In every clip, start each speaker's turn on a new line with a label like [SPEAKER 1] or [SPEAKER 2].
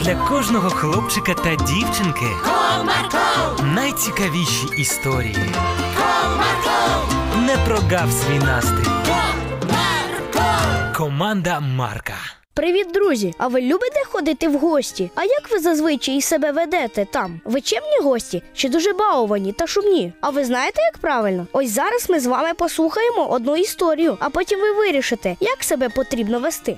[SPEAKER 1] для кожного хлопчика та дівчинки
[SPEAKER 2] Comarco,
[SPEAKER 1] найцікавіші історії.
[SPEAKER 2] Comarco,
[SPEAKER 1] Не прогав свій настрій.
[SPEAKER 2] Comarco.
[SPEAKER 1] Команда Марка.
[SPEAKER 3] Привіт, друзі! А ви любите ходити в гості? А як ви зазвичай себе ведете там? Ви чемні гості чи дуже баовані та шумні? А ви знаєте, як правильно? Ось зараз ми з вами послухаємо одну історію, а потім ви вирішите, як себе потрібно вести.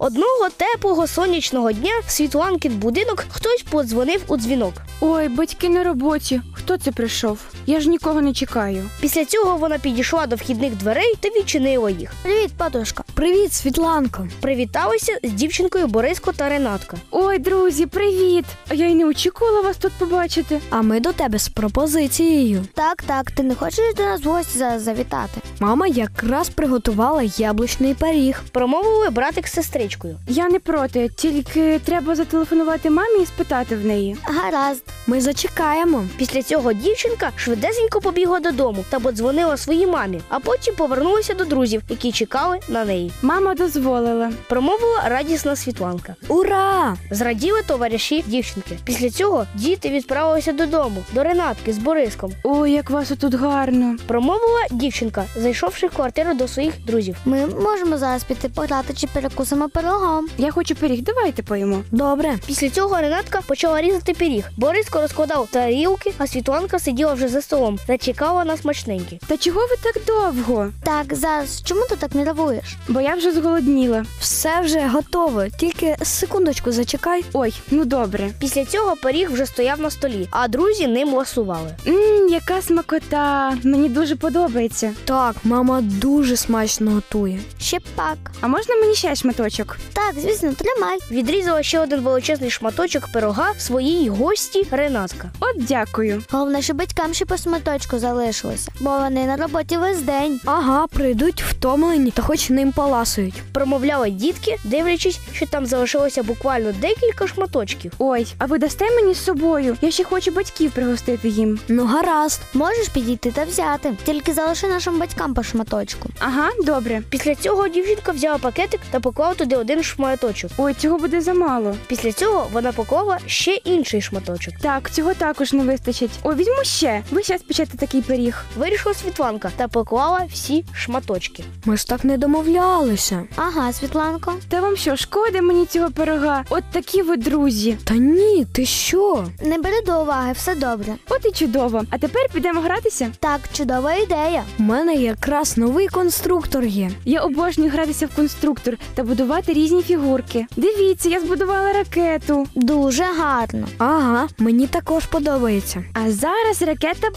[SPEAKER 3] Одного теплого сонячного дня в Світланкін будинок хтось подзвонив у дзвінок.
[SPEAKER 4] Ой, батьки на роботі. Хто це прийшов? Я ж нікого не чекаю.
[SPEAKER 3] Після цього вона підійшла до вхідних дверей та відчинила їх. Привіт, патушка.
[SPEAKER 4] Привіт, Світланко.
[SPEAKER 3] Привіталися з дівчинкою Бориско та Ренатка.
[SPEAKER 4] Ой, друзі, привіт! А я й не очікувала вас тут побачити.
[SPEAKER 5] А ми до тебе з пропозицією.
[SPEAKER 6] Так, так, ти не хочеш до нас в гості зараз завітати?
[SPEAKER 5] Мама якраз приготувала яблучний пиріг.
[SPEAKER 3] Промовили братик з сестричкою.
[SPEAKER 4] Я не проти, тільки треба зателефонувати мамі і спитати в неї.
[SPEAKER 6] Гаразд.
[SPEAKER 5] Ми зачекаємо.
[SPEAKER 3] Після цього дівчинка швидесенько побігла додому та подзвонила своїй мамі, а потім повернулася до друзів, які чекали на неї.
[SPEAKER 4] Мама дозволила.
[SPEAKER 3] Промовила радісна світланка.
[SPEAKER 5] Ура!
[SPEAKER 3] Зраділи товариші дівчинки. Після цього діти відправилися додому до Ренатки з Бориском.
[SPEAKER 4] Ой, як вас тут гарно.
[SPEAKER 3] Промовила дівчинка, зайшовши в квартиру до своїх друзів.
[SPEAKER 6] Ми можемо зараз піти пограти чи перекусимо пирогом.
[SPEAKER 4] Я хочу пиріг, давайте поїмо.
[SPEAKER 5] Добре.
[SPEAKER 3] Після цього Ренатка почала різати пиріг. Бориско розкладав тарілки, а Світланка сиділа вже за столом та чекала на смачненькі.
[SPEAKER 4] Та чого ви так довго?
[SPEAKER 6] Так, зараз чому ти так нервуєш?
[SPEAKER 4] Бо я вже зголодніла.
[SPEAKER 5] Все вже готово. Тільки секундочку зачекай.
[SPEAKER 4] Ой, ну добре.
[SPEAKER 3] Після цього пиріг вже стояв на столі, а друзі ним ласували.
[SPEAKER 4] Мм, яка смакота. Мені дуже подобається.
[SPEAKER 5] Так, мама дуже смачно готує.
[SPEAKER 6] Ще б пак.
[SPEAKER 4] А можна мені ще шматочок?
[SPEAKER 6] Так, звісно, тримай.
[SPEAKER 3] Відрізала ще один величезний шматочок пирога своїй гості Ренатка.
[SPEAKER 4] От дякую.
[SPEAKER 6] Головне, що батькам ще по сматочку залишилося, бо вони на роботі весь день.
[SPEAKER 5] Ага, прийдуть втомлені та хоч ним поласують.
[SPEAKER 3] Промовляли дітки, дивлячись, що там залишилося буквально декілька шматочків.
[SPEAKER 4] Ой, а ви дасте мені з собою? Я ще хочу батьків пригостити їм.
[SPEAKER 5] Ну гаразд.
[SPEAKER 6] Можеш підійти та взяти, тільки залиши нашим батькам по шматочку.
[SPEAKER 4] Ага, добре.
[SPEAKER 3] Після цього дівчинка взяла пакетик та поклала туди один шматочок.
[SPEAKER 4] Ой, цього буде замало.
[SPEAKER 3] Після цього вона поклала ще інший шматочок.
[SPEAKER 4] Так, цього також не вистачить. О, візьму ще. Ви ще спечете такий пиріг.
[SPEAKER 3] Вирішила Світланка та поклала всі шматочки.
[SPEAKER 5] Ми ж так не домовлялися.
[SPEAKER 6] Ага, Світланко.
[SPEAKER 4] Та вам що, шкода мені цього пирога? От такі ви друзі.
[SPEAKER 5] Та ні, ти що?
[SPEAKER 6] Не бери до уваги, все добре.
[SPEAKER 4] От і чудово. А тепер підемо гратися.
[SPEAKER 6] Так, чудова ідея.
[SPEAKER 5] У мене якраз новий конструктор є.
[SPEAKER 4] Я обожнюю гратися в конструктор та будувати різні фігурки. Дивіться, я збудувала ракету.
[SPEAKER 6] Дуже гарно.
[SPEAKER 5] Ага, мені також подобається.
[SPEAKER 4] А зараз ракета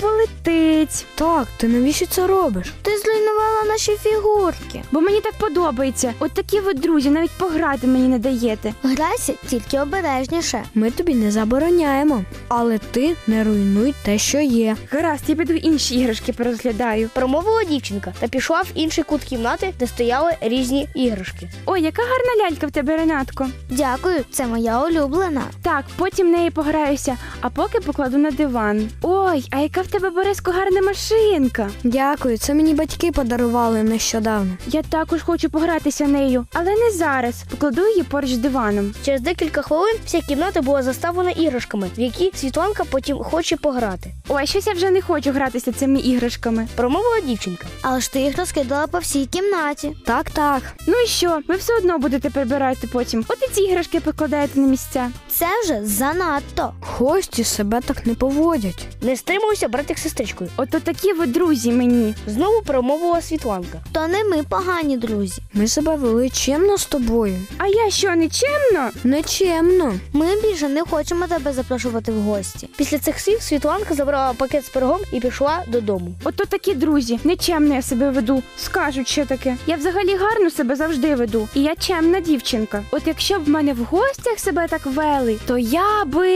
[SPEAKER 4] полетить,
[SPEAKER 5] Так, ти навіщо це робиш?
[SPEAKER 6] Ти зруйнувала наші фігурки.
[SPEAKER 4] бо мені так подобається. От такі ви друзі, навіть пограти мені не даєте.
[SPEAKER 6] Грайся тільки обережніше.
[SPEAKER 5] Ми тобі не забороняємо, але ти не руйнуй те, що є.
[SPEAKER 4] Гаразд, я піду інші іграшки порозглядаю.
[SPEAKER 3] Промовила дівчинка та пішла в інший кут кімнати, де стояли різні іграшки.
[SPEAKER 4] Ой, яка гарна лялька в тебе, Ренатко.
[SPEAKER 6] Дякую, це моя улюблена.
[SPEAKER 4] Так, потім нею пограюся, а поки покладу на диван. Ой, а яка в тебе Бориско гарна машинка?
[SPEAKER 5] Дякую, це мені батьки подарували нещодавно.
[SPEAKER 4] Я також хочу погратися нею, але не зараз. Покладу її поруч з диваном.
[SPEAKER 3] Через декілька хвилин вся кімната була заставлена іграшками, в які Світланка потім хоче пограти.
[SPEAKER 4] Ой, щось я вже не хочу гратися цими іграшками.
[SPEAKER 3] Промовила дівчинка.
[SPEAKER 6] Але ж ти їх розкидала по всій кімнаті.
[SPEAKER 5] Так, так.
[SPEAKER 4] Ну і що? Ви все одно будете прибирати потім. От і ці іграшки покладаєте на місця.
[SPEAKER 6] Це вже занадто.
[SPEAKER 5] Гості себе так не поводять.
[SPEAKER 3] Не стримувався братик з сестричкою.
[SPEAKER 4] Ото такі ви друзі мені.
[SPEAKER 3] Знову промовила Світланка.
[SPEAKER 6] То не ми погані друзі.
[SPEAKER 5] Ми себе вели чемно з тобою.
[SPEAKER 4] А я що, нечемно?
[SPEAKER 5] Нечемно.
[SPEAKER 6] Ми більше не хочемо тебе запрошувати в гості.
[SPEAKER 3] Після цих слів Світланка забрала пакет з пирогом і пішла додому.
[SPEAKER 4] Ото такі друзі, нечемно я себе веду. Скажуть, що таке. Я взагалі гарно себе завжди веду. І я чемна дівчинка. От якщо б в мене в гостях себе так вели, то я би.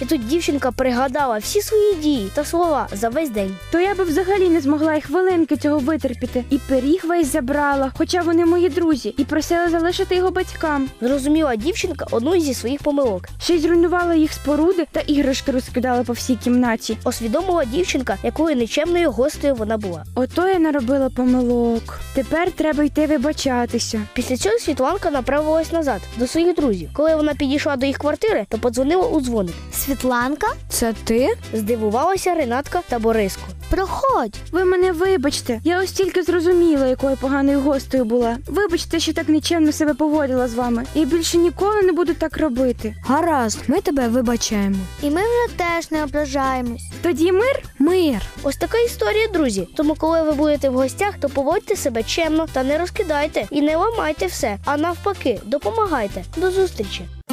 [SPEAKER 3] І тут дівчинка пригадала всі свої дії та слова за весь день.
[SPEAKER 4] То я би взагалі не змогла і хвилинки цього витерпіти. І пиріг весь забрала, хоча вони мої друзі, і просила залишити його батькам.
[SPEAKER 3] Зрозуміла дівчинка одну зі своїх помилок.
[SPEAKER 4] Ще й зруйнувала їх споруди та іграшки розкидала по всій кімнаті.
[SPEAKER 3] Освідомила дівчинка, якою нічемною гостею вона була.
[SPEAKER 4] Ото я наробила помилок. Тепер треба йти вибачатися.
[SPEAKER 3] Після цього Світланка направилась назад до своїх друзів. Коли вона підійшла до їх квартири, то подзвонила у дзвоник.
[SPEAKER 6] Світланка,
[SPEAKER 5] Це ти?
[SPEAKER 3] Здивувалася Ренатка та Бориско.
[SPEAKER 6] проходь.
[SPEAKER 4] Ви мене вибачте. Я ось тільки зрозуміла, якою поганою гостею була. Вибачте, що так нічемно себе поводила з вами. Я більше ніколи не буду так робити.
[SPEAKER 5] Гаразд, ми тебе вибачаємо.
[SPEAKER 6] І ми вже теж не ображаємось.
[SPEAKER 4] Тоді мир
[SPEAKER 5] Мир.
[SPEAKER 3] Ось така історія, друзі. Тому, коли ви будете в гостях, то поводьте себе чемно та не розкидайте і не ламайте все, а навпаки, допомагайте. До зустрічі!